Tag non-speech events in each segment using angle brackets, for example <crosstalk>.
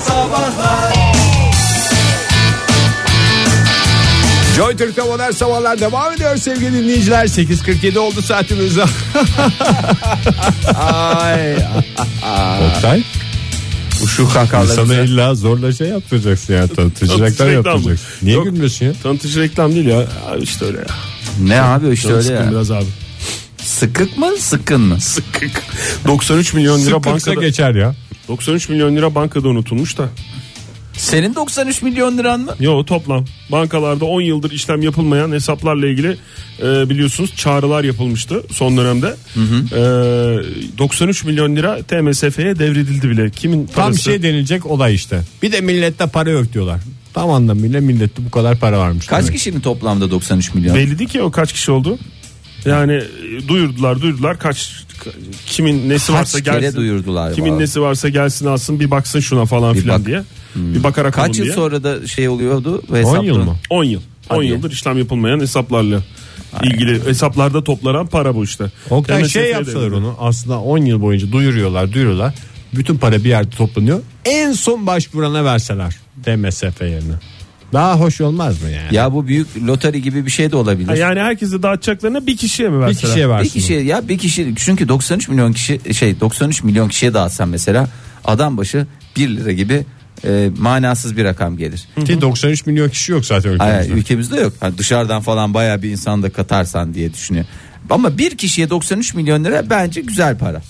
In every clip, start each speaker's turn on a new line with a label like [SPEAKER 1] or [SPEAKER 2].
[SPEAKER 1] Sabahlar
[SPEAKER 2] Joy Türk'te modern sabahlar devam ediyor sevgili dinleyiciler. 8.47 oldu
[SPEAKER 3] <laughs>
[SPEAKER 2] saatimiz.
[SPEAKER 4] Ay.
[SPEAKER 3] Oktay
[SPEAKER 4] Bu şu
[SPEAKER 3] sana
[SPEAKER 4] kahkahalarınızı.
[SPEAKER 3] illa zorla şey yaptıracaksın ya tanıtıcı
[SPEAKER 5] reklam mı?
[SPEAKER 3] yaptıracaksın. Niye
[SPEAKER 5] Yok.
[SPEAKER 3] gülmüyorsun ya?
[SPEAKER 5] Tanıtıcı reklam değil ya. Ya işte öyle ya. <laughs>
[SPEAKER 4] Ne abi işte
[SPEAKER 5] Canım
[SPEAKER 4] öyle
[SPEAKER 5] sıkkın
[SPEAKER 4] ya.
[SPEAKER 5] biraz abi.
[SPEAKER 4] Sıkık mı sıkkın mı?
[SPEAKER 5] 93 milyon lira
[SPEAKER 3] Sıkkınsa
[SPEAKER 5] bankada
[SPEAKER 3] geçer ya.
[SPEAKER 5] 93 milyon lira bankada unutulmuş da.
[SPEAKER 4] Senin 93 milyon liran mı?
[SPEAKER 5] Yo toplam bankalarda 10 yıldır işlem yapılmayan hesaplarla ilgili e, biliyorsunuz çağrılar yapılmıştı son dönemde. E, 93 milyon lira TMSF'ye devredildi bile. Kimin
[SPEAKER 3] Tam
[SPEAKER 5] parası?
[SPEAKER 3] şey denilecek olay işte. Bir de millette para yok diyorlar. Tam anlamıyla millette bu kadar para varmış.
[SPEAKER 4] Kaç
[SPEAKER 3] demek.
[SPEAKER 4] kişinin toplamda 93 milyon?
[SPEAKER 5] Belli değil ki o kaç kişi oldu. Yani e, duyurdular duyurdular kaç ka- kimin nesi varsa
[SPEAKER 4] Kaç
[SPEAKER 5] gelsin.
[SPEAKER 4] kere duyurdular.
[SPEAKER 5] Kimin
[SPEAKER 4] vallahi.
[SPEAKER 5] nesi varsa gelsin alsın bir baksın şuna falan
[SPEAKER 4] Bir
[SPEAKER 5] filan
[SPEAKER 4] bak. Hmm.
[SPEAKER 5] diye. Bir bakarak alın
[SPEAKER 4] Kaç yıl
[SPEAKER 5] diye.
[SPEAKER 4] sonra da şey oluyordu? ve
[SPEAKER 3] 10
[SPEAKER 4] hesapta-
[SPEAKER 3] yıl mı?
[SPEAKER 5] 10 yıl. 10
[SPEAKER 4] Hadi.
[SPEAKER 5] yıldır işlem yapılmayan hesaplarla ilgili hesaplarda toplanan para bu işte.
[SPEAKER 3] Oktay
[SPEAKER 5] TMSF 'ye
[SPEAKER 3] şey yapsalar
[SPEAKER 5] devredildi.
[SPEAKER 3] onu aslında 10 yıl boyunca duyuruyorlar duyuruyorlar. Bütün para bir yerde toplanıyor. En son başvurana verseler DMSF yerine. Daha hoş olmaz mı yani?
[SPEAKER 4] Ya bu büyük lotari gibi bir şey de olabilir.
[SPEAKER 5] Ha, Yani herkese dağıtacaklarına bir kişiye mi
[SPEAKER 3] bir
[SPEAKER 5] verseler?
[SPEAKER 3] kişiye versin.
[SPEAKER 4] bir kişi ya bir kişi çünkü 93 milyon kişi şey 93 milyon kişiye dağıtsan mesela adam başı 1 lira gibi e, manasız bir rakam gelir.
[SPEAKER 3] Ki 93 milyon kişi yok zaten
[SPEAKER 4] Ay,
[SPEAKER 3] ülkemizde.
[SPEAKER 4] ülkemizde yok. Hani dışarıdan falan bayağı bir insan da katarsan diye düşünüyor. Ama bir kişiye 93 milyon lira bence güzel para.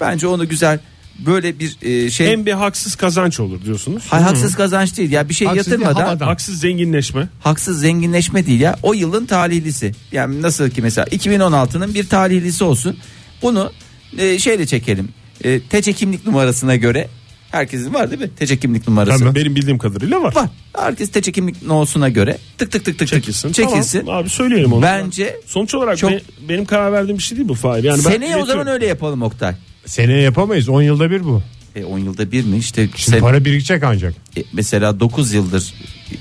[SPEAKER 4] Bence onu güzel böyle bir e, şey
[SPEAKER 5] Hem bir haksız kazanç olur diyorsunuz.
[SPEAKER 4] Hay- haksız kazanç değil ya bir şey
[SPEAKER 3] Haksız değil,
[SPEAKER 4] yatırmadan
[SPEAKER 3] havadan.
[SPEAKER 5] Haksız zenginleşme.
[SPEAKER 4] haksız zenginleşme değil ya o yılın talihlisi yani nasıl ki mesela 2016'nın bir talihlisi olsun bunu e, şeyle çekelim e, TC kimlik numarasına göre herkesin var değil mi TC kimlik numarası
[SPEAKER 5] Tabii benim bildiğim kadarıyla var.
[SPEAKER 4] var herkes TC kimlik numarasına göre tık tık tık tık tık
[SPEAKER 5] Çekilsin.
[SPEAKER 4] çekilsin
[SPEAKER 5] Tamam, abi söyleyelim onu.
[SPEAKER 4] Bence
[SPEAKER 5] sonuç olarak
[SPEAKER 4] çok-
[SPEAKER 5] be- benim karar verdiğim bir şey değil bu Fahir. Yani ben
[SPEAKER 4] seneye o
[SPEAKER 5] iletiyorum.
[SPEAKER 4] zaman öyle yapalım Oktay
[SPEAKER 3] Seneye yapamayız 10 yılda bir bu.
[SPEAKER 4] e, 10 yılda bir mi işte
[SPEAKER 3] Şimdi
[SPEAKER 4] sen-
[SPEAKER 3] para birikecek ancak.
[SPEAKER 4] e, mesela 9 yıldır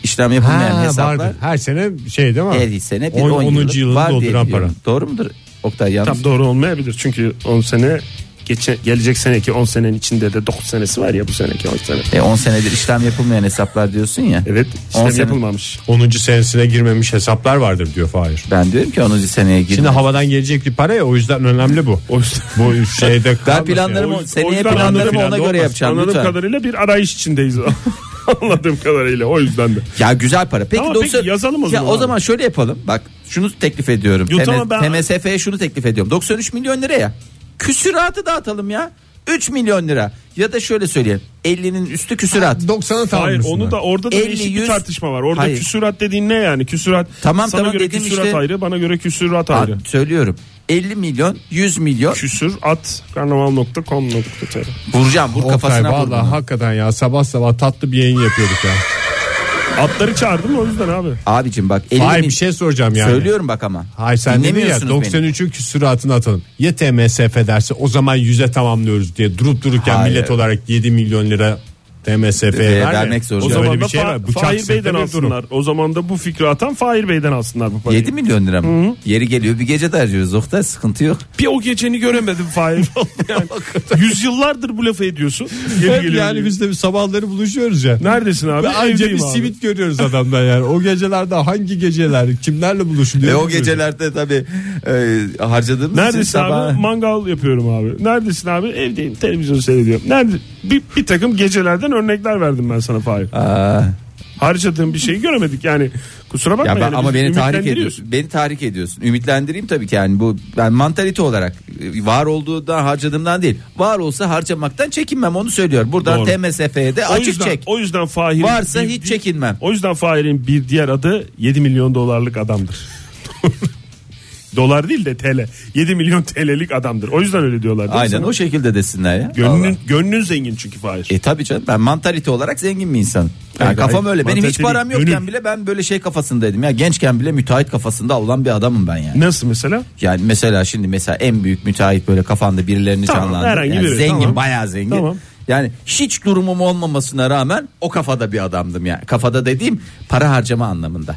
[SPEAKER 4] işlem yapılmayan hesaplar
[SPEAKER 3] vardı. Her sene şey değil mi?
[SPEAKER 4] her sene bir
[SPEAKER 3] On-
[SPEAKER 4] 10
[SPEAKER 3] onuncu
[SPEAKER 4] yıllık
[SPEAKER 3] yılını
[SPEAKER 4] var diye
[SPEAKER 3] dolduran
[SPEAKER 4] biliyorum. doğru mudur Oktay yalnız
[SPEAKER 5] Tam doğru olmayabilir çünkü 10 sene geçe, gelecek seneki 10 senenin içinde de 9 senesi var ya bu seneki 10 sene.
[SPEAKER 4] E 10 senedir işlem yapılmayan hesaplar diyorsun ya.
[SPEAKER 5] Evet
[SPEAKER 4] On
[SPEAKER 5] işlem
[SPEAKER 4] sene.
[SPEAKER 5] yapılmamış.
[SPEAKER 3] 10. senesine girmemiş hesaplar vardır diyor Fahir.
[SPEAKER 4] Ben diyorum ki 10. seneye gir.
[SPEAKER 3] Şimdi havadan gelecek bir para ya o yüzden önemli bu. O yüzden
[SPEAKER 4] <laughs>
[SPEAKER 3] bu şeyde
[SPEAKER 4] Ben
[SPEAKER 3] kalmasın
[SPEAKER 4] planlarımı
[SPEAKER 3] yani.
[SPEAKER 5] O
[SPEAKER 4] seneye
[SPEAKER 5] yüzden
[SPEAKER 4] planlarımı
[SPEAKER 5] anladığım
[SPEAKER 4] ona
[SPEAKER 5] kadarıyla
[SPEAKER 4] göre yapacağım
[SPEAKER 5] Anladığım
[SPEAKER 4] lütfen.
[SPEAKER 5] kadarıyla bir arayış içindeyiz. <laughs> anladığım kadarıyla o yüzden de.
[SPEAKER 4] Ya güzel para. Peki,
[SPEAKER 5] Tamam,
[SPEAKER 4] 90
[SPEAKER 5] peki yazalım o
[SPEAKER 4] Ya
[SPEAKER 5] zaman
[SPEAKER 4] o
[SPEAKER 5] abi.
[SPEAKER 4] zaman şöyle yapalım. Bak şunu teklif ediyorum.
[SPEAKER 5] Yo,
[SPEAKER 4] Teme-
[SPEAKER 5] tamam, ben-
[SPEAKER 4] TMSF'ye şunu teklif ediyorum. 93 milyon lira ya. Küsüratı dağıtalım ya. 3 milyon lira. Ya da şöyle söyleyeyim. 50'nin üstü küsürat.
[SPEAKER 3] 90'a
[SPEAKER 5] Hayır
[SPEAKER 3] tamamlasınlar.
[SPEAKER 5] onu da orada da
[SPEAKER 4] 50,
[SPEAKER 5] değişik bir
[SPEAKER 4] 100.
[SPEAKER 5] tartışma var. Orada
[SPEAKER 4] Hayır.
[SPEAKER 5] küsürat dediğin ne yani? Küsürat
[SPEAKER 4] Tamam,
[SPEAKER 5] sana
[SPEAKER 4] tamam
[SPEAKER 5] göre
[SPEAKER 4] dedim
[SPEAKER 5] küsürat
[SPEAKER 4] işte.
[SPEAKER 5] ayrı, bana göre küsürat
[SPEAKER 4] Ha,
[SPEAKER 5] ayrı.
[SPEAKER 4] söylüyorum. 50 milyon 100 milyon
[SPEAKER 5] Küsür at karnaval.com.tr
[SPEAKER 4] vuracağım vur
[SPEAKER 3] Oktay,
[SPEAKER 4] kafasına vur.
[SPEAKER 3] vallahi
[SPEAKER 4] bunu.
[SPEAKER 3] hakikaten ya sabah sabah tatlı bir yayın yapıyorduk ya.
[SPEAKER 5] Atları çağırdım o yüzden abi.
[SPEAKER 4] Abicim bak 50
[SPEAKER 3] Hayır
[SPEAKER 4] mil-
[SPEAKER 3] bir şey soracağım yani.
[SPEAKER 4] Söylüyorum bak ama.
[SPEAKER 3] Hayır sen dedin ya
[SPEAKER 4] Dinlemiyorsunuz beni.
[SPEAKER 3] 93'ün küsuratını atalım. Ya TMSF derse o zaman 100'e tamamlıyoruz diye durup dururken
[SPEAKER 4] Hayır.
[SPEAKER 3] millet olarak 7 milyon lira TMSF'ye
[SPEAKER 4] Ee,
[SPEAKER 3] verme.
[SPEAKER 4] vermek zorunda.
[SPEAKER 5] O
[SPEAKER 3] Böyle
[SPEAKER 5] zaman da
[SPEAKER 3] bir şey
[SPEAKER 5] Fa-
[SPEAKER 3] var. Bıçak
[SPEAKER 5] Fahir
[SPEAKER 3] sırtı
[SPEAKER 5] Bey'den
[SPEAKER 3] bir durum.
[SPEAKER 5] alsınlar. O zaman da bu fikri atan Fahir Bey'den alsınlar bu parayı.
[SPEAKER 4] 7 milyon lira mı? Yeri geliyor bir gece de harcıyoruz Oktay sıkıntı yok.
[SPEAKER 5] Bir o geceni göremedim
[SPEAKER 4] <laughs>
[SPEAKER 5] Fahir. yani, yüzyıllardır bu lafı ediyorsun. Yeri
[SPEAKER 3] Hep
[SPEAKER 5] geliyor
[SPEAKER 3] yani
[SPEAKER 5] diyor.
[SPEAKER 3] biz de bir sabahları buluşuyoruz ya.
[SPEAKER 5] Neredesin abi?
[SPEAKER 3] Ve anca
[SPEAKER 5] Evdeyim
[SPEAKER 3] bir
[SPEAKER 5] abi.
[SPEAKER 3] simit görüyoruz adamdan yani. O gecelerde hangi geceler kimlerle buluşuluyor?
[SPEAKER 4] Ve o
[SPEAKER 3] bilmiyorum.
[SPEAKER 4] gecelerde tabi harcadığımız için
[SPEAKER 5] Neredesin
[SPEAKER 4] sabah...
[SPEAKER 5] abi? Mangal yapıyorum abi. Neredesin abi? Evdeyim televizyon seyrediyorum. Nerede? Bir, bir takım gecelerden örnekler verdim ben sana Fahir.
[SPEAKER 4] Aa,
[SPEAKER 5] Harcadığım bir şeyi göremedik yani. Kusura bakma.
[SPEAKER 4] ya ben,
[SPEAKER 5] yani
[SPEAKER 4] ama
[SPEAKER 5] biz
[SPEAKER 4] beni tahrik
[SPEAKER 5] ümitlendiriyorsun.
[SPEAKER 4] ediyorsun. Beni tahrik ediyorsun. Ümitlendireyim tabii ki yani bu ben mantalite olarak e, var olduğundan harcadığımdan değil. Var olsa harcamaktan çekinmem onu söylüyor. Buradan
[SPEAKER 5] Doğru.
[SPEAKER 4] TMSF'ye de
[SPEAKER 5] O
[SPEAKER 4] açık
[SPEAKER 5] yüzden,
[SPEAKER 4] çek.
[SPEAKER 5] o yüzden Fahir'in
[SPEAKER 4] Varsa
[SPEAKER 5] bir-
[SPEAKER 4] hiç
[SPEAKER 5] bir-
[SPEAKER 4] çekinmem.
[SPEAKER 5] O yüzden Fahir'in bir diğer adı 7 milyon dolarlık adamdır. <laughs> Dolar değil de TL. 7 milyon TL'lik adamdır. O yüzden öyle diyorlar. değil mi
[SPEAKER 4] Aynen
[SPEAKER 5] sana?
[SPEAKER 4] o şekilde desinler ya. Vallahi.
[SPEAKER 5] Gönlün, gönlün zengin çünkü Fahir.
[SPEAKER 4] E tabii canım ben mantalite olarak zengin bir insanım. Yani
[SPEAKER 5] Evet,
[SPEAKER 4] kafam
[SPEAKER 5] hayır.
[SPEAKER 4] öyle. Benim hiç
[SPEAKER 5] Mantalite
[SPEAKER 4] param
[SPEAKER 5] değil,
[SPEAKER 4] yokken
[SPEAKER 5] gönül.
[SPEAKER 4] bile ben böyle şey kafasındaydım. Ya gençken bile müteahhit kafasında olan bir adamım ben yani.
[SPEAKER 5] Nasıl mesela?
[SPEAKER 4] Yani mesela şimdi mesela en büyük müteahhit böyle kafanda birilerini
[SPEAKER 5] Tamam,
[SPEAKER 4] canlandı.
[SPEAKER 5] herhangi
[SPEAKER 4] Yani
[SPEAKER 5] biri,
[SPEAKER 4] zengin
[SPEAKER 5] tamam.
[SPEAKER 4] bayağı zengin.
[SPEAKER 5] Tamam.
[SPEAKER 4] Yani hiç durumum olmamasına rağmen o kafada bir adamdım yani. Kafada dediğim para harcama anlamında.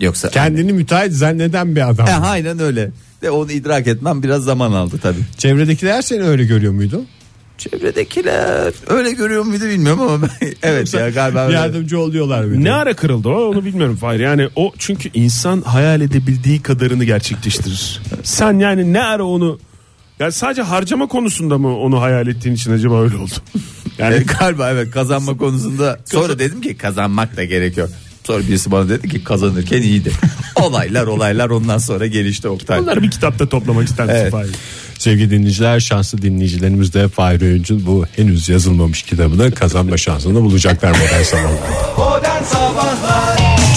[SPEAKER 4] Yoksa
[SPEAKER 3] Kendini müteahhit zanneden bir adam.
[SPEAKER 4] E, aynen öyle. De onu idrak etmem biraz zaman aldı tabii.
[SPEAKER 3] Çevredekiler seni öyle görüyor muydu?
[SPEAKER 4] Çevredekiler öyle görüyor muydu bilmiyorum ama ben- <laughs> evet ya galiba öyle.
[SPEAKER 3] Yardımcı oluyorlar bir de.
[SPEAKER 5] Ne ara kırıldı o onu bilmiyorum Fahir. Yani o çünkü insan hayal edebildiği kadarını gerçekleştirir. Sen yani ne ara onu yani sadece harcama konusunda mı onu hayal ettiğin için acaba öyle oldu? <laughs> Yani
[SPEAKER 4] Evet, E, galiba evet kazanma konusunda sonra dedim ki kazanmak da gerekiyor. Sonra birisi bana dedi ki kazanırken
[SPEAKER 5] <laughs>
[SPEAKER 4] iyiydi. Olaylar olaylar ondan sonra gelişti Oktay.
[SPEAKER 5] bunları bir kitapta toplamak ister misin
[SPEAKER 4] Evet.
[SPEAKER 5] Fahir?
[SPEAKER 3] Sevgili dinleyiciler şanslı dinleyicilerimiz de Fahir Öğüncü'nün bu henüz yazılmamış kitabını kazanma şansını bulacaklar modern sabahlarda.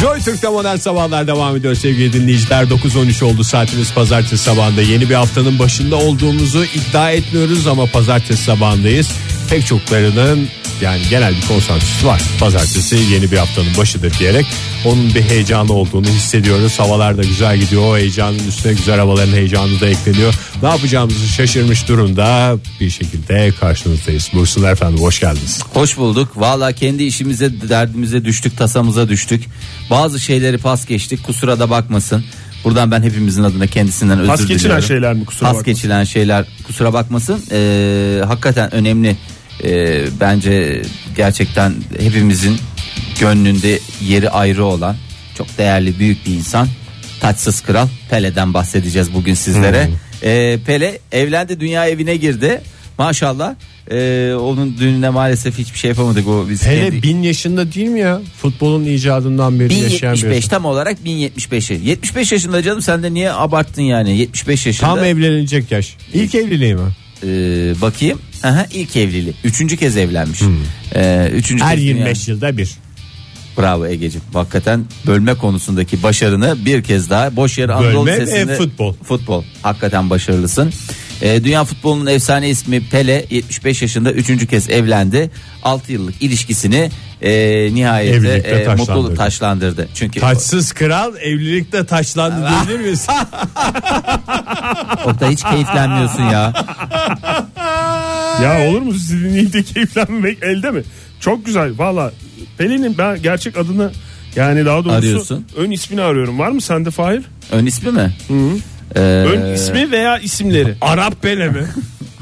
[SPEAKER 3] Joy Türk'te modern sabahlar devam ediyor sevgili dinleyiciler. 9.13 oldu saatimiz pazartesi sabahında. Yeni bir haftanın başında olduğumuzu iddia etmiyoruz ama pazartesi sabahındayız. Pek çoklarının yani genel bir konsensüs var. Pazartesi yeni bir haftanın başıdır diyerek onun bir heyecanı olduğunu hissediyoruz. Havalar da güzel gidiyor. O heyecanın üstüne güzel havaların heyecanı da ekleniyor. Ne yapacağımızı şaşırmış durumda bir şekilde karşınızdayız. Buyursunlar efendim hoş geldiniz.
[SPEAKER 4] Hoş bulduk. Valla kendi işimize, derdimize düştük, tasamıza düştük. Bazı şeyleri pas geçtik. Kusura da bakmasın. Buradan ben hepimizin adına kendisinden özür
[SPEAKER 5] Pas
[SPEAKER 4] diliyorum.
[SPEAKER 5] geçilen şeyler mi? Kusura
[SPEAKER 4] Pas
[SPEAKER 5] bakmasın.
[SPEAKER 4] geçilen şeyler kusura bakmasın. Ee, hakikaten önemli. Ee, bence gerçekten hepimizin gönlünde yeri ayrı olan çok değerli büyük bir insan. Taçsız Kral Pele'den bahsedeceğiz bugün
[SPEAKER 3] Hmm.
[SPEAKER 4] sizlere. Ee, Pele evlendi dünya evine girdi. Maşallah. Ee, onun düğününe maalesef hiçbir şey yapamadık. O biz kendi-
[SPEAKER 3] Hele bin yaşında değil mi ya? Futbolun icadından beri yaşayan bir
[SPEAKER 4] 1075
[SPEAKER 3] insan.
[SPEAKER 4] tam olarak 1075'i. 75 yaşında canım sen de niye abarttın yani 75 yaşında.
[SPEAKER 3] Tam evlenecek yaş. İlk evliliği mi?
[SPEAKER 4] Ee, bakayım. Aha, ilk evliliği. Üçüncü kez evlenmiş. Ee, üçüncü
[SPEAKER 3] Hmm. Her
[SPEAKER 4] kez dünya-
[SPEAKER 3] 25 yılda bir.
[SPEAKER 4] Bravo Ege'cim. Hakikaten bölme konusundaki başarını bir kez daha boş yer Anadolu
[SPEAKER 3] Bölme ve
[SPEAKER 4] Lisesi'nde-
[SPEAKER 3] futbol.
[SPEAKER 4] Futbol. Hakikaten başarılısın. Ee, dünya futbolunun efsane ismi Pele 75 yaşında üçüncü kez evlendi. 6 yıllık ilişkisini e, nihayette
[SPEAKER 3] Evlilikle
[SPEAKER 4] e,
[SPEAKER 3] taşlandırdı.
[SPEAKER 4] mutluluk taşlandırdı. Çünkü
[SPEAKER 3] Taçsız kral evlilikte taşlandı diyebilir miyiz?
[SPEAKER 4] Oktay hiç keyiflenmiyorsun ya.
[SPEAKER 3] <laughs>
[SPEAKER 5] Ya olur mu sizin iyi de keyiflenmek elde mi? Çok güzel valla. Pelin'in ben gerçek adını yani daha doğrusu
[SPEAKER 4] Arıyorsun.
[SPEAKER 5] ön ismini arıyorum. Var mı sende Fahir?
[SPEAKER 4] Ön ismi mi? Ee,
[SPEAKER 5] Ön ismi veya isimleri.
[SPEAKER 3] Arap Pele mi?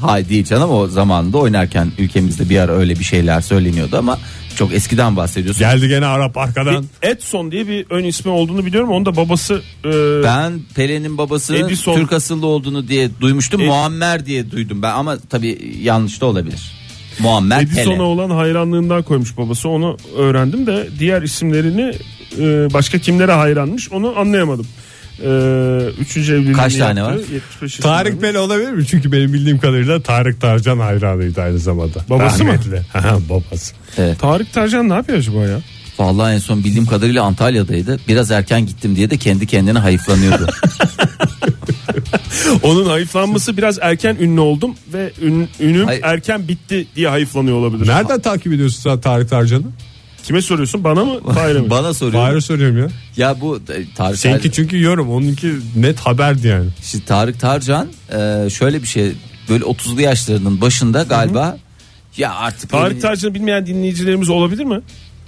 [SPEAKER 4] Hay değil canım o zamanında oynarken ülkemizde bir ara öyle bir şeyler söyleniyordu ama çok eskiden bahsediyorsun.
[SPEAKER 3] Geldi gene Arap arkadan.
[SPEAKER 5] Edson diye bir ön ismi olduğunu biliyorum. Onu da babası e,
[SPEAKER 4] Ben Pelin'in babasının
[SPEAKER 5] Edison.
[SPEAKER 4] Türk asıllı olduğunu diye duymuştum.
[SPEAKER 5] Ed-
[SPEAKER 4] Muammer diye duydum ben ama tabii yanlış da olabilir. Muammer
[SPEAKER 5] Edison'a
[SPEAKER 4] Pele.
[SPEAKER 5] olan hayranlığından koymuş babası. Onu öğrendim de diğer isimlerini e, başka kimlere hayranmış onu anlayamadım. E, üçüncü evliliğini
[SPEAKER 4] Kaç tane
[SPEAKER 5] yaptı.
[SPEAKER 4] var?
[SPEAKER 5] 75
[SPEAKER 3] Tarık
[SPEAKER 5] yaşındaymış.
[SPEAKER 3] Pele olabilir mi? Çünkü benim bildiğim kadarıyla Tarık Tarcan hayranıydı aynı zamanda.
[SPEAKER 5] Babası mı?
[SPEAKER 3] Rahmetli. <laughs> Haha, Babası.
[SPEAKER 5] Tarık Tercan ne yapıyor acaba ya?
[SPEAKER 4] Vallahi en son bildiğim kadarıyla Antalya'daydı. Biraz erken gittim diye de kendi kendine
[SPEAKER 5] <laughs>
[SPEAKER 4] hayıflanıyordu.
[SPEAKER 5] Onun hayıflanması biraz erken ünlü oldum ve ün- ünüm
[SPEAKER 4] Hayır.
[SPEAKER 5] erken bitti diye hayıflanıyor olabilir.
[SPEAKER 3] Nereden takip ediyorsun sen Tarık Tarcan'ı?
[SPEAKER 5] Kime soruyorsun? Bana mı?
[SPEAKER 4] <laughs>
[SPEAKER 5] Fahir'e mi?
[SPEAKER 4] Bana soruyor.
[SPEAKER 3] Fahri soruyorum ya.
[SPEAKER 4] Ya bu e, Tarık
[SPEAKER 3] Seninki çünkü yorum. Onunki net haberdi yani.
[SPEAKER 4] Şimdi Tarık Tarcan e, şöyle bir şey böyle 30'lu yaşlarının başında galiba ya artık
[SPEAKER 5] Tarık
[SPEAKER 4] beni-
[SPEAKER 5] Tercan'ı bilmeyen dinleyicilerimiz olabilir mi?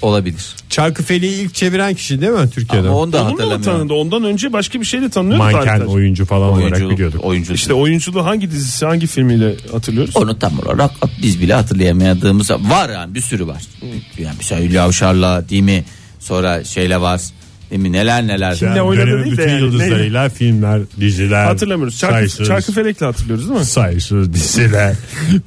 [SPEAKER 4] olabilir.
[SPEAKER 3] Çarkı Feli'yi ilk çeviren kişi değil mi Türkiye'de?
[SPEAKER 4] Ama onu da
[SPEAKER 5] Onunla mı
[SPEAKER 4] hatırlamıyorum.
[SPEAKER 5] tanındı? Ondan önce başka bir şeyle tanınıyordu Tarık
[SPEAKER 3] Manken
[SPEAKER 5] Tercan.
[SPEAKER 3] oyuncu falan olarak biliyorduk.
[SPEAKER 4] oyuncu.
[SPEAKER 5] İşte oyunculuğu hangi dizisi, hangi filmiyle hatırlıyoruz?
[SPEAKER 4] onu tam olarak biz bile hatırlayamadığımız var yani bir sürü var. Yani mesela Hülya Avşar'la değil mi? Sonra şeyle var. Değil mi? Neler neler.
[SPEAKER 5] Kimle
[SPEAKER 3] Yani
[SPEAKER 5] oynadı
[SPEAKER 3] dönemin
[SPEAKER 5] değil de
[SPEAKER 3] bütün
[SPEAKER 5] yani.
[SPEAKER 3] yıldızlarıyla filmler, diziler.
[SPEAKER 5] Hatırlamıyoruz. Çarkı,
[SPEAKER 3] sayısız-
[SPEAKER 5] Çarkı Felek'le hatırlıyoruz değil mi?
[SPEAKER 3] sayısız
[SPEAKER 5] <laughs>
[SPEAKER 3] diziler,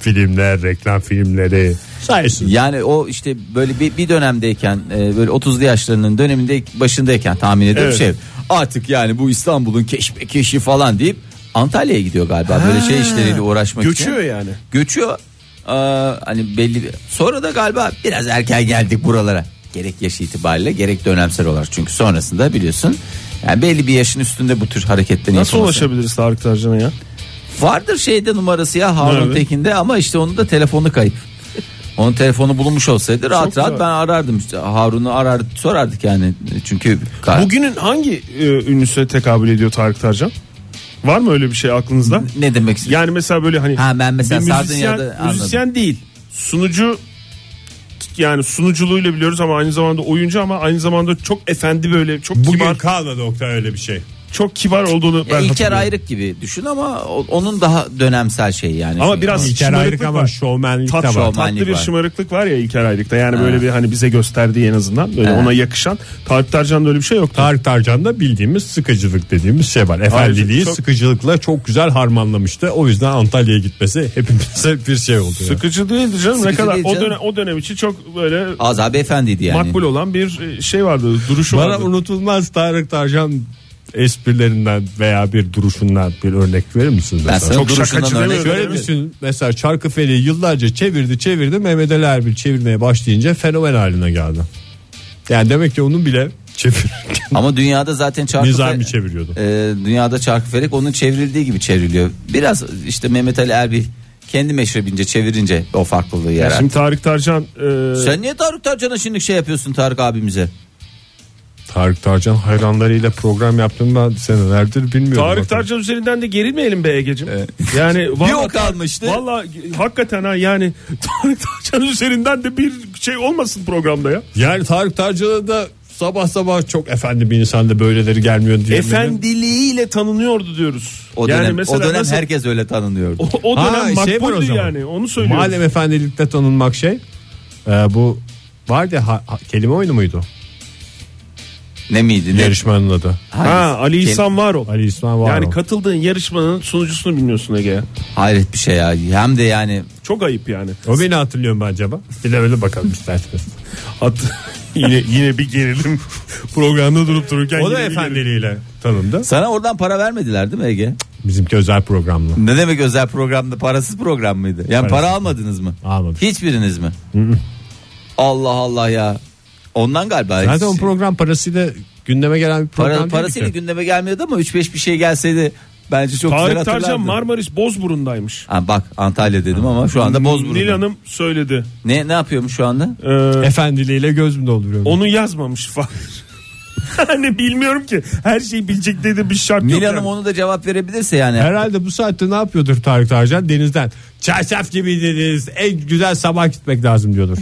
[SPEAKER 3] filmler, reklam filmleri sayısız.
[SPEAKER 4] Yani o işte böyle bir, bir dönemdeyken e, böyle 30'lu yaşlarının döneminde başındayken tahmin ediyorum
[SPEAKER 5] Evet.
[SPEAKER 4] şey. Artık yani bu İstanbul'un keşmekeşi falan deyip Antalya'ya gidiyor galiba böyle şey işleriyle uğraşmak için.
[SPEAKER 5] Göçüyor yani.
[SPEAKER 4] Göçüyor. Aa, hani belli bir- sonra da galiba biraz erken geldik buralara. Gerek yaş itibariyle gerek dönemsel olarak çünkü sonrasında biliyorsun yani belli bir yaşın üstünde bu tür hareketlerin
[SPEAKER 5] Nasıl
[SPEAKER 4] yapılması.
[SPEAKER 5] ulaşabiliriz Tarık Tercan'a ya?
[SPEAKER 4] Vardır şeyde numarası ya Harun
[SPEAKER 5] Nerede?
[SPEAKER 4] Tekin'de ama işte onun da telefonu kayıp. Onun telefonu bulunmuş olsaydı rahat
[SPEAKER 5] Çok
[SPEAKER 4] rahat
[SPEAKER 5] güzel.
[SPEAKER 4] ben arardım işte Harun'u arardık sorardık yani çünkü
[SPEAKER 5] Bugünün hangi e, ünlüsüne tekabül ediyor Tarık Tercan? Var mı öyle bir şey aklınızda?
[SPEAKER 4] ne demek istiyorsun?
[SPEAKER 5] Yani mesela böyle hani
[SPEAKER 4] Ha, ben mesela
[SPEAKER 5] bir
[SPEAKER 4] Sardunya'da anladım.
[SPEAKER 5] müzisyen değil. Sunucu yani sunuculuğuyla biliyoruz ama aynı zamanda oyuncu ama aynı zamanda çok efendi böyle çok
[SPEAKER 3] Bugün
[SPEAKER 5] kibar.
[SPEAKER 3] kalmadı Oktay öyle bir şey.
[SPEAKER 5] çok kibar olduğunu ben
[SPEAKER 4] İlker
[SPEAKER 5] hatırlıyorum.
[SPEAKER 4] Ayrık gibi düşün ama o- onun daha dönemsel şeyi yani.
[SPEAKER 5] Ama
[SPEAKER 4] Çünkü-
[SPEAKER 5] biraz
[SPEAKER 3] İlker
[SPEAKER 5] şımarıklık
[SPEAKER 3] Ayrık ama
[SPEAKER 5] var.
[SPEAKER 3] şovmenlik de
[SPEAKER 5] Tat,
[SPEAKER 3] var.
[SPEAKER 4] Şov.
[SPEAKER 5] tatlı
[SPEAKER 4] Şovmenlik
[SPEAKER 5] bir
[SPEAKER 4] var.
[SPEAKER 5] şımarıklık var ya İlker Ayrık'ta. Yani
[SPEAKER 4] Ha.
[SPEAKER 5] böyle bir hani bize gösterdiği en azından böyle
[SPEAKER 4] Ha.
[SPEAKER 5] ona yakışan. Tarık Tarcan'da öyle bir şey yoktu.
[SPEAKER 3] Tarık Tarcan'da bildiğimiz sıkıcılık dediğimiz şey var. Efendiliği
[SPEAKER 5] çok-
[SPEAKER 3] sıkıcılıkla çok güzel harmanlamıştı. O yüzden Antalya'ya gitmesi hepimize <laughs> bir şey oldu. yani.
[SPEAKER 5] Sıkıcı değildi canım ne
[SPEAKER 4] Sıkıcı
[SPEAKER 5] kadar
[SPEAKER 4] değil
[SPEAKER 5] o
[SPEAKER 4] canım.
[SPEAKER 5] dönem o dönem için çok böyle
[SPEAKER 4] Azap efendiydi yani.
[SPEAKER 5] makbul olan bir şey vardı duruşu
[SPEAKER 3] Bana
[SPEAKER 5] vardı.
[SPEAKER 3] unutulmaz Tarık Tarcan esprilerinden veya bir duruşundan bir örnek verir misiniz?
[SPEAKER 4] Ben
[SPEAKER 3] mesela?
[SPEAKER 4] sana
[SPEAKER 5] Çok
[SPEAKER 4] duruşundan
[SPEAKER 5] şakacı değil mi?
[SPEAKER 4] örnek
[SPEAKER 3] Hani Şöyle
[SPEAKER 5] Evet.
[SPEAKER 3] düşün mesela Çarkıfeli yıllarca çevirdi çevirdi Mehmet Ali Erbil çevirmeye başlayınca fenomen haline geldi. Yani demek ki onun bile çevir
[SPEAKER 4] Ama dünyada zaten çarkı
[SPEAKER 3] nizami çeviriyordu.
[SPEAKER 4] Ee, dünyada çarkı felek onun çevrildiği gibi çevriliyor. Biraz işte Mehmet Ali Erbil kendi meşrebince çevirince o farklılığı yarar.
[SPEAKER 5] Şimdi Tarık Tarcan e,
[SPEAKER 4] Sen niye Tarık Tarcan'a şimdi şey yapıyorsun Tarık abimize?
[SPEAKER 3] Tarık Tarcan hayranlarıyla program yaptım ben senelerdir bilmiyorum.
[SPEAKER 5] Tarık
[SPEAKER 3] Bakalım.
[SPEAKER 5] Tarcan üzerinden de gerilmeyelim be Ege'cim.
[SPEAKER 4] <laughs>
[SPEAKER 5] Yani
[SPEAKER 4] Bir
[SPEAKER 5] valla
[SPEAKER 4] o kalmıştı.
[SPEAKER 5] valla hakikaten ha yani <laughs> Tarık Tarcan üzerinden de bir şey olmasın programda ya.
[SPEAKER 3] Yani Tarık Tarcan'a da sabah sabah çok efendi bir insanda böyleleri gelmiyor diye.
[SPEAKER 5] Efendiliğiyle tanınıyordu diyoruz.
[SPEAKER 4] O dönem,
[SPEAKER 5] yani mesela
[SPEAKER 4] o dönem
[SPEAKER 5] nasıl-
[SPEAKER 4] herkes öyle tanınıyordu.
[SPEAKER 5] o, o
[SPEAKER 3] Ha,
[SPEAKER 5] dönem
[SPEAKER 3] şey var o
[SPEAKER 5] makbuldü
[SPEAKER 3] zaman.
[SPEAKER 5] yani onu söylüyorum.
[SPEAKER 3] Malum efendilikte tanınmak şey. e, bu vardı ya, ha- ha- kelime oyunu muydu?
[SPEAKER 4] Ne miydi? Ne?
[SPEAKER 3] Yarışmanın adı.
[SPEAKER 4] Hangisi?
[SPEAKER 5] Ha Ali
[SPEAKER 4] Kim-
[SPEAKER 5] İhsan var o.
[SPEAKER 3] Ali İsmail var.
[SPEAKER 5] Yani katıldığın yarışmanın sunucusunu bilmiyorsun Ege. ya.
[SPEAKER 4] Hayret bir şey ya. Hem de yani
[SPEAKER 5] Çok ayıp yani.
[SPEAKER 3] o beni hatırlıyor mu acaba? Bir de öyle bakalım isterseniz.
[SPEAKER 5] Hat- yine yine bir gerilim <laughs> programda durup dururken
[SPEAKER 3] o da
[SPEAKER 5] yine bir gerilim.
[SPEAKER 3] efendiliğiyle tanındı.
[SPEAKER 4] sana oradan para vermediler değil mi Ege?
[SPEAKER 3] Bizimki özel programlı.
[SPEAKER 4] Ne demek özel programda parasız program mıydı? Yani para
[SPEAKER 3] Parasız.
[SPEAKER 4] almadınız mı?
[SPEAKER 3] Almadık.
[SPEAKER 4] Hiçbiriniz mi? Allah Allah ya. Ondan galiba.
[SPEAKER 3] Zaten o program parasıyla gündeme gelen bir program
[SPEAKER 4] Para,
[SPEAKER 3] değil
[SPEAKER 4] parasıyla
[SPEAKER 3] ki.
[SPEAKER 4] gündeme gelmiyordu ama 3-5 bir şey gelseydi bence çok güzel
[SPEAKER 5] <laughs> Tarık
[SPEAKER 4] hatırlardı.
[SPEAKER 5] Tarcan Marmaris Bozburun'daymış. Hmm,
[SPEAKER 4] Ha, bak Antalya dedim ama şu anda
[SPEAKER 5] Nil
[SPEAKER 4] Bozburun.
[SPEAKER 5] Hanım söyledi.
[SPEAKER 4] Ne ne yapıyormuş şu anda?
[SPEAKER 5] Ee,
[SPEAKER 3] Efendiliğiyle göz mü dolduruyor?
[SPEAKER 5] Onu yazmamış Fahir. <laughs> hani bilmiyorum ki her şeyi bilecek dedi bir şart yok.
[SPEAKER 4] Nil Hanım
[SPEAKER 5] yani.
[SPEAKER 4] onu da cevap verebilirse yani.
[SPEAKER 3] Herhalde bu saatte ne yapıyordur Tarık Tarcan? Denizden. Çarşaf gibiydiniz. En güzel sabah gitmek lazım
[SPEAKER 5] <laughs>
[SPEAKER 3] diyordur.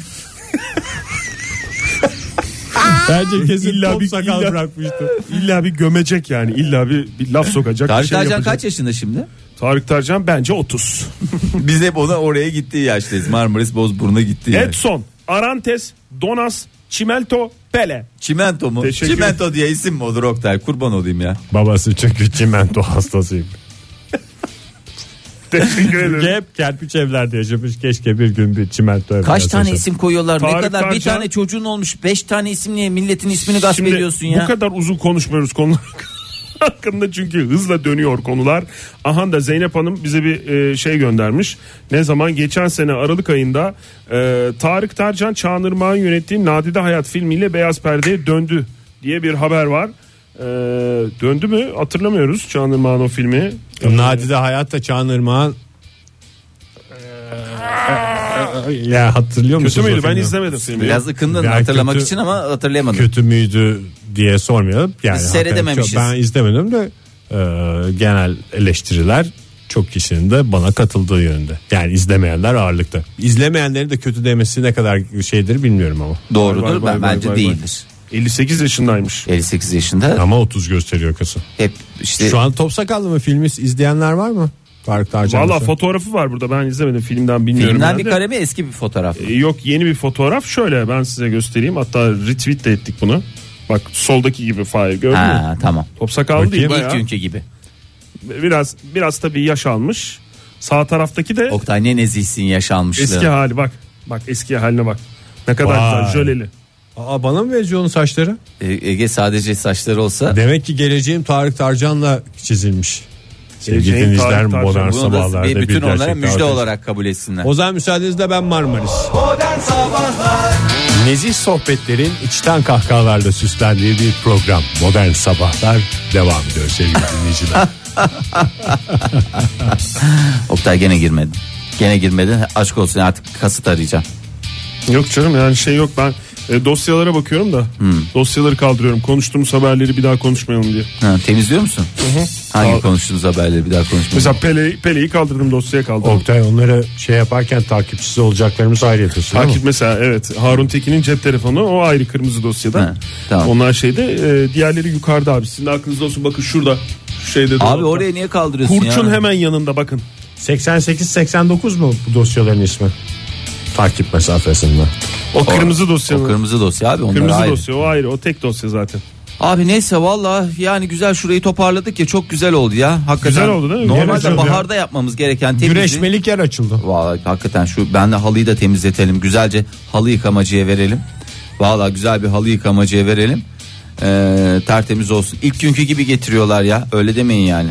[SPEAKER 3] Bence kesin
[SPEAKER 5] İlla
[SPEAKER 3] top
[SPEAKER 5] bir-
[SPEAKER 3] sakal
[SPEAKER 5] illa-
[SPEAKER 3] bırakmıştı.
[SPEAKER 5] İlla bir gömecek yani illa bir, bir laf sokacak.
[SPEAKER 4] Tarık
[SPEAKER 5] bir şey
[SPEAKER 4] Tarcan
[SPEAKER 5] yapacak.
[SPEAKER 4] kaç yaşında şimdi?
[SPEAKER 5] Tarık Tarcan bence 30.
[SPEAKER 4] <laughs> Biz hep ona oraya gittiği yaştayız. Marmaris Bozburun'a gittiği yaş.
[SPEAKER 5] Edson, Arantes, Donas, Çimelto, Pele.
[SPEAKER 4] Çimento mu?
[SPEAKER 5] Teşekkür-
[SPEAKER 4] Çimento diye isim mi olur Oktay? Kurban olayım ya.
[SPEAKER 3] Babası çünkü çimento hastasıyım.
[SPEAKER 4] <laughs>
[SPEAKER 5] Teşekkür ederim.
[SPEAKER 3] Hep kerpiç evlerde yaşamış. Keşke bir gün bir çimento evde
[SPEAKER 4] Kaç tane
[SPEAKER 3] yaşasam.
[SPEAKER 4] isim koyuyorlar? ne
[SPEAKER 5] Tarık
[SPEAKER 4] kadar bir
[SPEAKER 5] Tarcan-
[SPEAKER 4] tane çocuğun olmuş. Beş tane isim niye milletin ismini gasp
[SPEAKER 5] Şimdi
[SPEAKER 4] ediyorsun ya?
[SPEAKER 5] Bu kadar uzun konuşmuyoruz konular <laughs> hakkında çünkü hızla dönüyor konular. Aha da Zeynep Hanım bize bir e, şey göndermiş. Ne zaman geçen sene Aralık ayında e, Tarık Tarcan Çağınırmağ'ın yönettiği Nadide Hayat filmiyle Beyaz Perde'ye döndü diye bir haber var. E, döndü mü hatırlamıyoruz Çağınırmağ'ın o filmi.
[SPEAKER 3] Nadide Hayatta Çağan Irmak'ın Ee, ya hatırlıyor
[SPEAKER 5] Kötü
[SPEAKER 3] musunuz? o
[SPEAKER 5] müydü? Ben
[SPEAKER 3] filmi?
[SPEAKER 5] izlemedim filmi.
[SPEAKER 4] Biraz ıkındın
[SPEAKER 3] Ya
[SPEAKER 4] hatırlamak
[SPEAKER 3] kötü-
[SPEAKER 4] için ama hatırlayamadım.
[SPEAKER 3] Kötü müydü diye sormayalım. Yani
[SPEAKER 4] Biz
[SPEAKER 3] hakikaten
[SPEAKER 4] seyredememişiz.
[SPEAKER 3] çok- Ben izlemedim de e, genel eleştiriler çok kişinin de bana katıldığı yönünde. Yani izlemeyenler ağırlıkta. İzlemeyenlerin de kötü demesi ne kadar şeydir bilmiyorum ama.
[SPEAKER 4] Doğrudur
[SPEAKER 5] Vay vay
[SPEAKER 4] ben
[SPEAKER 5] vay
[SPEAKER 4] bence
[SPEAKER 5] vay vay.
[SPEAKER 4] değildir.
[SPEAKER 5] 58 yaşındaymış.
[SPEAKER 4] 58 yaşında
[SPEAKER 3] Ama 30 gösteriyor kasım.
[SPEAKER 4] hep işte
[SPEAKER 3] Şu an top sakallı mı filmi izleyenler var mı? Farklı harcaması.
[SPEAKER 5] Valla fotoğrafı var burada ben izlemedim filmden bilmiyorum.
[SPEAKER 4] filmden
[SPEAKER 5] ben
[SPEAKER 4] bir
[SPEAKER 5] de.
[SPEAKER 4] kare mi eski bir fotoğraf. mı?
[SPEAKER 5] E, Yok yeni bir fotoğraf şöyle ben size göstereyim hatta retweet de ettik bunu. Bak soldaki gibi Fahir gördün mü?
[SPEAKER 4] Ha tamam.
[SPEAKER 5] Top sakallı değil
[SPEAKER 3] Bakayım.
[SPEAKER 5] bayağı.
[SPEAKER 4] İlk günkü gibi.
[SPEAKER 5] Biraz biraz tabii yaş almış. Sağ taraftaki de
[SPEAKER 4] Oktay ne nezihsin yaşanmışlığı.
[SPEAKER 5] eski hali bak. Bak eski haline bak. Ne kadar
[SPEAKER 3] Vay.
[SPEAKER 5] güzel jöleli.
[SPEAKER 3] Aa, bana mı benziyor onun saçları?
[SPEAKER 4] E, Ege sadece saçları olsa
[SPEAKER 3] Demek ki geleceğim Tarık Tarcan'la çizilmiş. Sevgili
[SPEAKER 5] Geleceğin
[SPEAKER 3] dinleyiciler
[SPEAKER 5] Tarık Tarcan.
[SPEAKER 3] modern
[SPEAKER 4] bunu da
[SPEAKER 3] sabahlarda
[SPEAKER 4] bir
[SPEAKER 3] bir
[SPEAKER 4] bütün
[SPEAKER 3] gerçek
[SPEAKER 4] onlara müjde
[SPEAKER 3] daha-
[SPEAKER 4] olarak kabul etsinler.
[SPEAKER 3] O zaman müsaadenizle ben Marmaris. Nezih sohbetlerin içten kahkahalarla süslendiği bir program. Modern Sabahlar devam
[SPEAKER 4] <laughs>
[SPEAKER 3] ediyor sevgili dinleyiciler.
[SPEAKER 4] Oktay gene girmedin. Gene
[SPEAKER 5] <laughs>
[SPEAKER 4] girmedin. Aşk olsun artık kasıt arayacağım.
[SPEAKER 5] Yok canım yani şey yok ben e, dosyalara bakıyorum da dosyaları kaldırıyorum. Konuştuğumuz haberleri bir daha konuşmayalım diye.
[SPEAKER 4] Ha, temizliyor musun? Hangi konuştuğumuz haberleri bir daha konuşmayalım.
[SPEAKER 5] Mesela Pele, Pele'yi kaldırdım dosyaya kaldırdım.
[SPEAKER 3] Oktay onları şey yaparken takipçisi olacaklarımız ayrı yapıyorsun değil mi?
[SPEAKER 5] Takip mesela evet Harun Tekin'in cep telefonu o ayrı kırmızı dosyada.
[SPEAKER 4] Ha, tamam.
[SPEAKER 5] Onlar şeyde e, diğerleri yukarıda abi. Sizin de aklınızda olsun bakın şurada şu şeyde. de
[SPEAKER 4] Abi
[SPEAKER 5] o-
[SPEAKER 4] oraya niye kaldırıyorsun
[SPEAKER 5] Kurçun
[SPEAKER 4] ya?
[SPEAKER 5] hemen yanında bakın.
[SPEAKER 3] 88-89 mu bu dosyaların ismi? Takip mesafesinde.
[SPEAKER 5] O kırmızı dosya.
[SPEAKER 4] O kırmızı dosya abi onlar
[SPEAKER 5] Kırmızı
[SPEAKER 4] ayrı.
[SPEAKER 5] dosya o ayrı o tek dosya zaten.
[SPEAKER 4] Abi neyse valla yani güzel şurayı toparladık ya çok güzel oldu ya. Hakikaten
[SPEAKER 5] Güzel oldu değil mi?
[SPEAKER 4] Normalde
[SPEAKER 3] Güzel oldu ya.
[SPEAKER 4] baharda yapmamız gereken temizliği.
[SPEAKER 3] Güreşmelik yer açıldı.
[SPEAKER 4] Valla hakikaten şu ben de halıyı da temizletelim. Güzelce halı yıkamacıya verelim. Valla güzel bir halı yıkamacıya verelim. Ee, tertemiz olsun. İlk günkü gibi getiriyorlar ya. Öyle demeyin yani.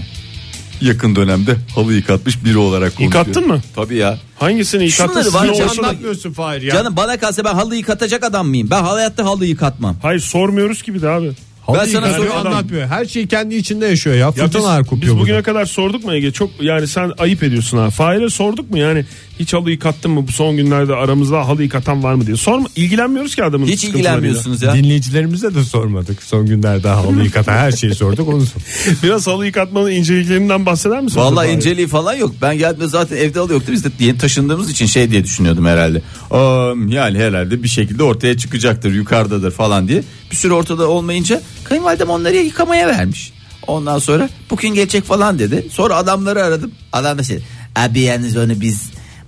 [SPEAKER 4] Yakın dönemde halı yıkatmış biri olarak
[SPEAKER 5] konuşuyor. Yıkattın mı?
[SPEAKER 4] Tabii ya.
[SPEAKER 5] Hangisini yıkattın?
[SPEAKER 4] Şunları
[SPEAKER 5] Sizin
[SPEAKER 4] var
[SPEAKER 5] o-
[SPEAKER 4] ya.
[SPEAKER 3] Hiç anlatmıyorsun Fahir ya.
[SPEAKER 4] Canım bana kalsa ben halıyı yıkatacak adam mıyım? Ben hayatta halı yıkatmam.
[SPEAKER 5] Hayır sormuyoruz ki bir de abi.
[SPEAKER 4] ben sana
[SPEAKER 3] yıkanıyor,
[SPEAKER 4] soruyorum.
[SPEAKER 3] anlatmıyor. Her şeyi kendi içinde yaşıyor ya.
[SPEAKER 5] Ya
[SPEAKER 3] Fırtınalar
[SPEAKER 5] biz, biz
[SPEAKER 3] kopuyor
[SPEAKER 5] bugüne
[SPEAKER 3] burada.
[SPEAKER 5] kadar sorduk mu Ege? Çok yani sen ayıp ediyorsun ha. Fahir'e sorduk mu yani hiç halı yıkattın mı bu son günlerde aramızda halı yıkatan var mı diye. Sorma ilgilenmiyoruz ki adamın
[SPEAKER 4] Hiç
[SPEAKER 5] sıkıntılarıyla.
[SPEAKER 4] ilgilenmiyorsunuz ya.
[SPEAKER 3] Dinleyicilerimize de sormadık. Son günlerde halı yıkatan her şeyi sorduk. Onu sor-
[SPEAKER 5] <laughs> Biraz halı yıkatmanın inceliklerinden bahseder misin?
[SPEAKER 4] Vallahi
[SPEAKER 5] Fahir?
[SPEAKER 4] inceliği falan yok. Ben geldiğimde zaten evde halı yoktu. Biz de yeni taşındığımız için şey diye düşünüyordum herhalde. Aa, yani herhalde bir şekilde ortaya çıkacaktır yukarıdadır falan diye. Bir süre ortada olmayınca kayınvalidem onları yıkamaya vermiş. Ondan sonra bugün gelecek falan dedi. Sonra adamları aradım. Adam da şey dedi, abi yalnız onu biz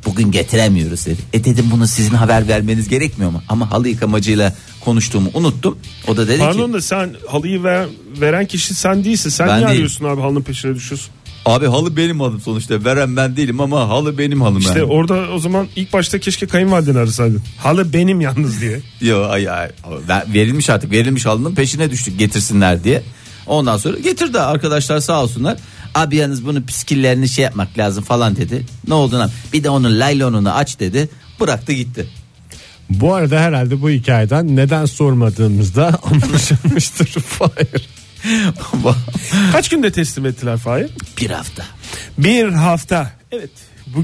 [SPEAKER 4] bugün getiremiyoruz dedi. E dedim bunu sizin haber vermeniz gerekmiyor mu? Ama halı yıkamacıyla konuştuğumu unuttum. O da dedi ki
[SPEAKER 5] Pardon da sen halıyı ver- veren kişi sen değilsin. Sen
[SPEAKER 4] Ben
[SPEAKER 5] niye
[SPEAKER 4] değilim.
[SPEAKER 5] arıyorsun abi halının peşine düşüyorsun?
[SPEAKER 4] abi halı benim halım sonuçta veren ben değilim ama halı benim halım.
[SPEAKER 5] İşte
[SPEAKER 4] yani.
[SPEAKER 5] orada o zaman ilk başta keşke kayınvalideni arasaydın. Halı benim yalnız diye.
[SPEAKER 4] Yo, ay, ay, ver- verilmiş artık verilmiş halının peşine düştük getirsinler diye. Ondan sonra getirdi arkadaşlar sağ olsunlar. Abi yalnız bunu piskillerini şey yapmak lazım falan dedi. Ne oldu lan? Bir de onun laylonunu aç dedi. Bıraktı gitti. <laughs>
[SPEAKER 3] Bu arada herhalde bu hikayeden neden sormadığımızda <laughs> anlaşılmıştır Fahir.
[SPEAKER 5] Kaç günde teslim ettiler Fahir?
[SPEAKER 4] bir hafta.
[SPEAKER 5] Bir hafta. Evet. Bu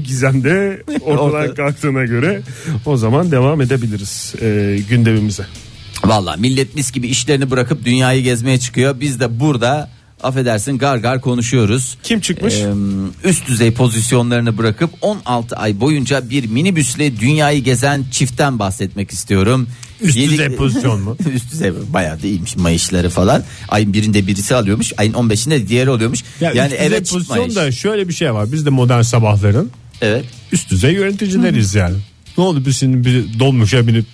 [SPEAKER 4] <laughs>
[SPEAKER 5] gizemde ortadan
[SPEAKER 4] Ortada.
[SPEAKER 5] kalktığına göre o zaman devam edebiliriz e, gündemimize.
[SPEAKER 4] Valla millet mis gibi işlerini bırakıp dünyayı gezmeye çıkıyor. Biz de burada affedersin gar gar konuşuyoruz.
[SPEAKER 5] Kim çıkmış?
[SPEAKER 4] Ee, üst düzey pozisyonlarını bırakıp 16 ay boyunca bir minibüsle dünyayı gezen çiftten bahsetmek istiyorum.
[SPEAKER 3] Üst
[SPEAKER 4] Yedi-
[SPEAKER 3] düzey pozisyon mu?
[SPEAKER 4] <laughs> üst düzey bayağı da iyiymiş mayışları falan. Ayın birinde birisi alıyormuş. Ayın 15'inde diğeri oluyormuş.
[SPEAKER 3] Ya
[SPEAKER 4] yani
[SPEAKER 3] üst düzey
[SPEAKER 4] eve çıkma
[SPEAKER 3] pozisyon
[SPEAKER 4] iş.
[SPEAKER 3] da şöyle bir şey var. Biz de modern sabahların
[SPEAKER 4] Evet.
[SPEAKER 3] üst düzey yöneticileriz yani. Ne oldu biz şimdi bir dolmuşa binip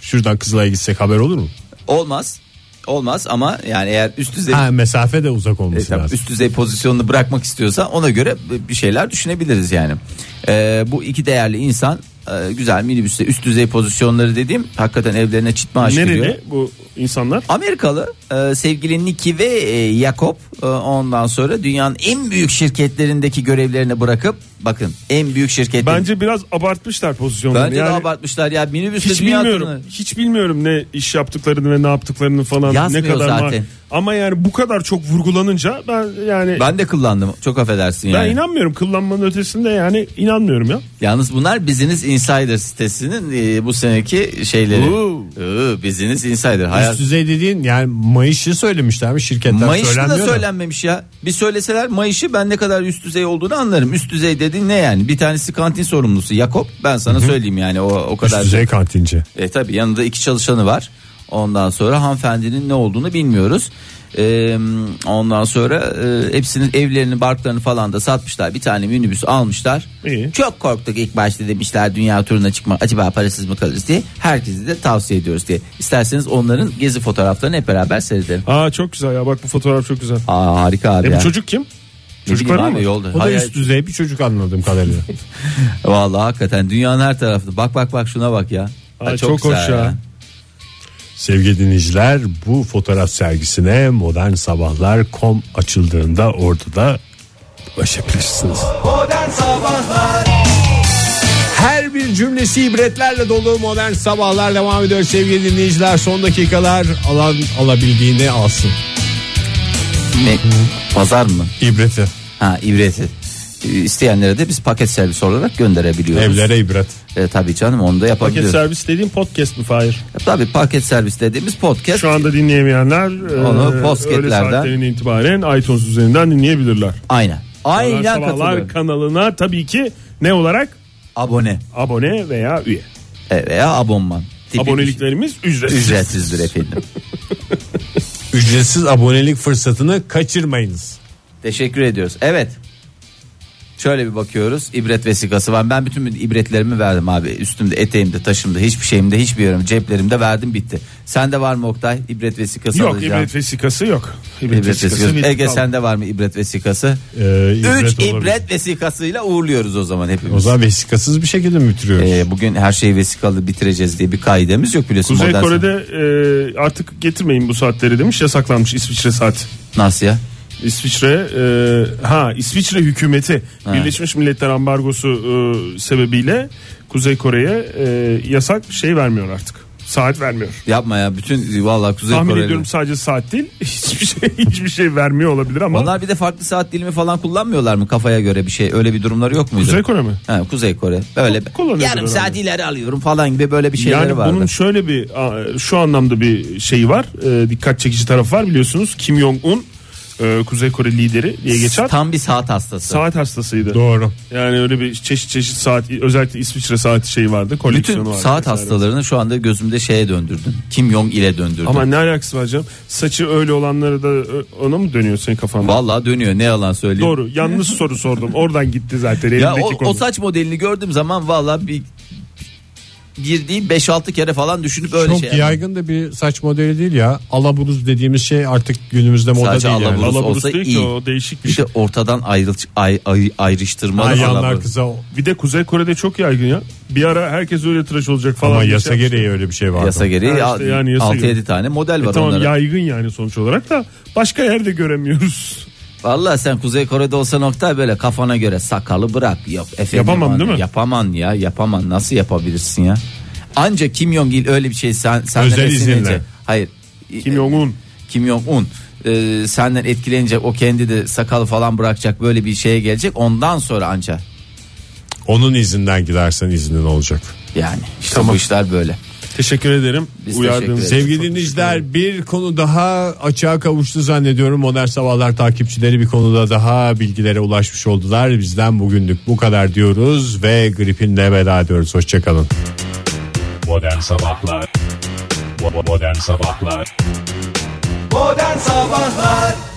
[SPEAKER 3] şuradan Kızılay'a gitsek haber olur mu?
[SPEAKER 4] Olmaz. Olmaz ama yani eğer üst düzey
[SPEAKER 3] Ha mesafe de uzak
[SPEAKER 4] E,
[SPEAKER 3] olması
[SPEAKER 4] tabii
[SPEAKER 3] lazım.
[SPEAKER 4] üst düzey pozisyonunu bırakmak istiyorsa ona göre bir şeyler düşünebiliriz yani. E, bu iki değerli insan e, güzel minibüste üst düzey pozisyonları dediğim hakikaten evlerine çit maaş veriyor.
[SPEAKER 5] Nereli bu insanlar?
[SPEAKER 4] Amerikalı e, sevgili Nicky ve e, Jacob e, ondan sonra dünyanın en büyük şirketlerindeki görevlerini bırakıp bakın en büyük şirketler.
[SPEAKER 5] Bence biraz abartmışlar pozisyonları.
[SPEAKER 4] Bence de
[SPEAKER 5] Yani
[SPEAKER 4] abartmışlar ya minibüste
[SPEAKER 5] Hiç
[SPEAKER 4] dünyanın-
[SPEAKER 5] bilmiyorum. Hiç bilmiyorum ne iş yaptıklarını ve ne yaptıklarını falan
[SPEAKER 4] Yazmıyor
[SPEAKER 5] ne kadar var.
[SPEAKER 4] zaten.
[SPEAKER 5] Ama yani bu kadar çok vurgulanınca ben yani ben,
[SPEAKER 4] Ben de kullandım çok affedersin yani.
[SPEAKER 5] inanmıyorum. Kıllanmanın ötesinde yani inanmıyorum ya.
[SPEAKER 4] Yalnız bunlar Business Insider sitesinin e, bu seneki şeyleri.
[SPEAKER 5] Oo.
[SPEAKER 4] Oo, Business Insider. Hayat...
[SPEAKER 3] Üst düzey dediğin yani Mayış'ı söylemişler mi şirketler
[SPEAKER 4] Mayış'ı da
[SPEAKER 3] söylenmiyor da.
[SPEAKER 4] söylenmemiş ya. Bir söyleseler Mayış'ı ben ne kadar üst düzey olduğunu anlarım. Üst düzey dediğin ne yani? Bir tanesi kantin sorumlusu Yakup. Ben sana söyleyeyim yani o o
[SPEAKER 3] Üst
[SPEAKER 4] kadar.
[SPEAKER 3] düzey kantinci.
[SPEAKER 4] E tabii yanında iki çalışanı var. Ondan sonra hanımefendinin ne olduğunu bilmiyoruz. E, ondan sonra e, hepsinin evlerini barklarını falan da satmışlar. Bir tane minibüs almışlar.
[SPEAKER 5] İyi.
[SPEAKER 4] Çok korktuk ilk başta demişler dünya turuna çıkma acaba parasız mı kalırız diye. Herkese de tavsiye ediyoruz diye. İsterseniz onların gezi fotoğraflarını hep beraber seyredelim.
[SPEAKER 5] Aa çok güzel ya bak bu fotoğraf çok güzel.
[SPEAKER 4] Aa, harika abi.
[SPEAKER 5] E bu
[SPEAKER 4] ya.
[SPEAKER 5] çocuk kim?
[SPEAKER 4] Ne bileyim
[SPEAKER 5] Çocuklar
[SPEAKER 4] abi,
[SPEAKER 5] mı?
[SPEAKER 4] Yolda.
[SPEAKER 3] O da
[SPEAKER 4] Hayır,
[SPEAKER 3] üst düzey bir çocuk anladığım kadarıyla.
[SPEAKER 4] <laughs> Vallahi hakikaten dünyanın her tarafında. Bak bak bak şuna bak ya.
[SPEAKER 5] Aa,
[SPEAKER 4] Ha,
[SPEAKER 5] çok
[SPEAKER 4] güzel
[SPEAKER 5] hoş ya.
[SPEAKER 3] Sevgili dinleyiciler bu fotoğraf sergisine modern sabahlar.com açıldığında orada da ulaşabilirsiniz. Her bir cümlesi ibretlerle dolu modern sabahlar devam ediyor sevgili dinleyiciler. Son dakikalar alan alabildiğini alsın.
[SPEAKER 4] Ne? Pazar mı?
[SPEAKER 3] İbreti.
[SPEAKER 4] Ha ibreti.
[SPEAKER 6] e, isteyenlere de biz paket servis olarak gönderebiliyoruz.
[SPEAKER 3] Evlere ibret.
[SPEAKER 6] E, tabii canım onu da
[SPEAKER 5] Paket
[SPEAKER 6] yapabiliyoruz.
[SPEAKER 5] servis dediğim podcast mı Fahir?
[SPEAKER 6] tabii paket servis dediğimiz podcast.
[SPEAKER 5] Şu anda dinleyemeyenler
[SPEAKER 6] Onu
[SPEAKER 5] e,
[SPEAKER 6] podcastlerden-
[SPEAKER 5] öğle saatlerinden itibaren iTunes üzerinden dinleyebilirler.
[SPEAKER 6] Aynen. Aynen
[SPEAKER 5] Sabahlar
[SPEAKER 6] katılıyorum.
[SPEAKER 5] kanalına tabii ki ne olarak
[SPEAKER 6] Abone
[SPEAKER 5] abone veya üye.
[SPEAKER 6] e, veya abonman. Tipik
[SPEAKER 5] Aboneliklerimiz ücretsiz. <laughs>
[SPEAKER 6] ücretsizdir efendim.
[SPEAKER 3] Ücretsiz abonelik fırsatını kaçırmayınız.
[SPEAKER 6] Teşekkür ediyoruz. Evet. Şöyle bir bakıyoruz. İbret vesikası var. Ben bütün ibretlerimi verdim abi. Üstümde, eteğimde, taşımda, hiçbir şeyimde, hiçbir yerim, ceplerimde verdim bitti. Sende var mı Oktay? İbret vesikası
[SPEAKER 5] Yok
[SPEAKER 6] alacağım.
[SPEAKER 5] ibret vesikası yok. İbret,
[SPEAKER 6] İbret vesikası.
[SPEAKER 5] bitti,
[SPEAKER 6] Ege
[SPEAKER 5] kaldı.
[SPEAKER 6] sende var mı ibret vesikası?
[SPEAKER 3] Ee, ibret
[SPEAKER 6] Üç
[SPEAKER 3] olabilir.
[SPEAKER 6] ibret vesikasıyla uğurluyoruz o zaman hepimiz.
[SPEAKER 3] O zaman vesikasız bir şekilde mi bitiriyoruz?
[SPEAKER 6] Ee, bugün her şeyi vesikalı bitireceğiz diye bir kaidemiz yok biliyorsun.
[SPEAKER 5] Kuzey
[SPEAKER 6] Modern-
[SPEAKER 5] Kore'de e, artık getirmeyin bu saatleri demiş yasaklanmış İsviçre saati.
[SPEAKER 6] Nasıl ya?
[SPEAKER 5] İsviçre e, ha İsviçre hükümeti
[SPEAKER 6] Ha.
[SPEAKER 5] Birleşmiş Milletler ambargosu e, sebebiyle Kuzey Kore'ye e, yasak şey vermiyor artık. Saat vermiyor.
[SPEAKER 6] Yapma ya bütün vallahi Kuzey
[SPEAKER 5] Tahmin
[SPEAKER 6] Kore'de.
[SPEAKER 5] ediyorum sadece saat değil. <laughs> Hiçbir şey hiçbir şey vermiyor olabilir ama
[SPEAKER 6] Onlar bir de farklı saat dilimi falan kullanmıyorlar mı kafaya göre bir şey? Öyle bir durumları yok muydu?
[SPEAKER 5] Kuzey Kore mi?
[SPEAKER 6] Ha, Kuzey Kore. Böyle bir-
[SPEAKER 5] Kullanıyordur
[SPEAKER 6] yarım
[SPEAKER 5] herhalde.
[SPEAKER 6] saat ileri alıyorum falan gibi böyle bir şeyleri
[SPEAKER 5] yani
[SPEAKER 6] vardı.
[SPEAKER 5] bunun şöyle bir a, şu anlamda bir şeyi var. E, dikkat çekici tarafı var biliyorsunuz. Kim Jong-un e, Kuzey Kore lideri diye geçer.
[SPEAKER 6] Tam bir saat hastası.
[SPEAKER 5] Saat hastasıydı.
[SPEAKER 3] Doğru.
[SPEAKER 5] Yani öyle bir çeşit çeşit saat özellikle İsviçre saati şeyi vardı. Koleksiyonu
[SPEAKER 6] Bütün
[SPEAKER 5] vardı
[SPEAKER 6] saat
[SPEAKER 5] vesaire.
[SPEAKER 6] hastalarını şu anda gözümde şeye döndürdün. Kim Jong ile döndürdün.
[SPEAKER 5] Ama ne alakası var canım? Saçı öyle olanlara da ö- ona mı dönüyor senin kafanda?
[SPEAKER 6] Vallahi dönüyor ne yalan söyleyeyim.
[SPEAKER 5] Doğru. Yanlış soru sordum. Oradan gitti zaten
[SPEAKER 6] Ya
[SPEAKER 5] elimdeki
[SPEAKER 6] o,
[SPEAKER 5] konu.
[SPEAKER 6] o saç modelini gördüğüm zaman vallahi bir bir değil 5-6 kere falan düşünüp öyle
[SPEAKER 3] Çok
[SPEAKER 6] şey.
[SPEAKER 3] yaygın da bir saç modeli değil ya. Alaburuz dediğimiz şey artık günümüzde moda
[SPEAKER 6] Sadece
[SPEAKER 3] değil
[SPEAKER 6] alaburuz.
[SPEAKER 3] yani.
[SPEAKER 5] Alaburus
[SPEAKER 6] olsa
[SPEAKER 5] değil ki
[SPEAKER 6] iyi.
[SPEAKER 5] o değişik bir
[SPEAKER 6] İşte
[SPEAKER 5] şey.
[SPEAKER 6] ortadan ayrıl, ay, ay, ayrıştırmalı
[SPEAKER 3] Ay,
[SPEAKER 6] falan
[SPEAKER 3] yanlar
[SPEAKER 6] böyle.
[SPEAKER 3] kısa o.
[SPEAKER 5] şey." Bir de Kuzey Kore'de çok yaygın ya. Bir ara herkes öyle tıraş olacak falan.
[SPEAKER 3] Ama
[SPEAKER 5] diye
[SPEAKER 3] yasa
[SPEAKER 5] şey yapmıştı.
[SPEAKER 3] gereği öyle bir şey vardı.
[SPEAKER 6] Yasa gereği
[SPEAKER 5] Ha işte yani yasa
[SPEAKER 6] 6-7
[SPEAKER 5] gereği.
[SPEAKER 6] tane model var
[SPEAKER 5] E tamam
[SPEAKER 6] onlara.
[SPEAKER 5] yaygın yani sonuç olarak da başka yerde göremiyoruz.
[SPEAKER 6] Vallahi sen Kuzey Kore'de olsa nokta böyle kafana göre sakalı bırak. Yok efendim.
[SPEAKER 5] Yapamam
[SPEAKER 6] hani
[SPEAKER 5] değil mi?
[SPEAKER 6] Yapaman ya yapaman nasıl yapabilirsin ya? Anca Kim Jong Il öyle bir şey sen senden
[SPEAKER 3] Özel
[SPEAKER 6] etkilenince-
[SPEAKER 3] izinle.
[SPEAKER 6] Hayır.
[SPEAKER 5] Kim Jong-un.
[SPEAKER 6] Kim Jong Un e, senden etkilenecek o kendi de sakalı falan bırakacak böyle bir şeye gelecek ondan sonra anca
[SPEAKER 3] Onun izinden gidersen iznin olacak.
[SPEAKER 6] yani işte bu işler böyle.
[SPEAKER 5] Teşekkür ederim.
[SPEAKER 6] Biz teşekkür
[SPEAKER 5] Uyardığınız
[SPEAKER 6] ederiz.
[SPEAKER 5] için.
[SPEAKER 3] Sevgili dinleyiciler bir konu daha açığa kavuştu zannediyorum. Modern Sabahlar takipçileri bir konuda daha bilgilere ulaşmış oldular. Bizden bugünlük bu kadar diyoruz ve gripinle veda ediyoruz. Hoşçakalın.
[SPEAKER 7] Modern Sabahlar Bo- bo- Modern Sabahlar
[SPEAKER 8] Modern Sabahlar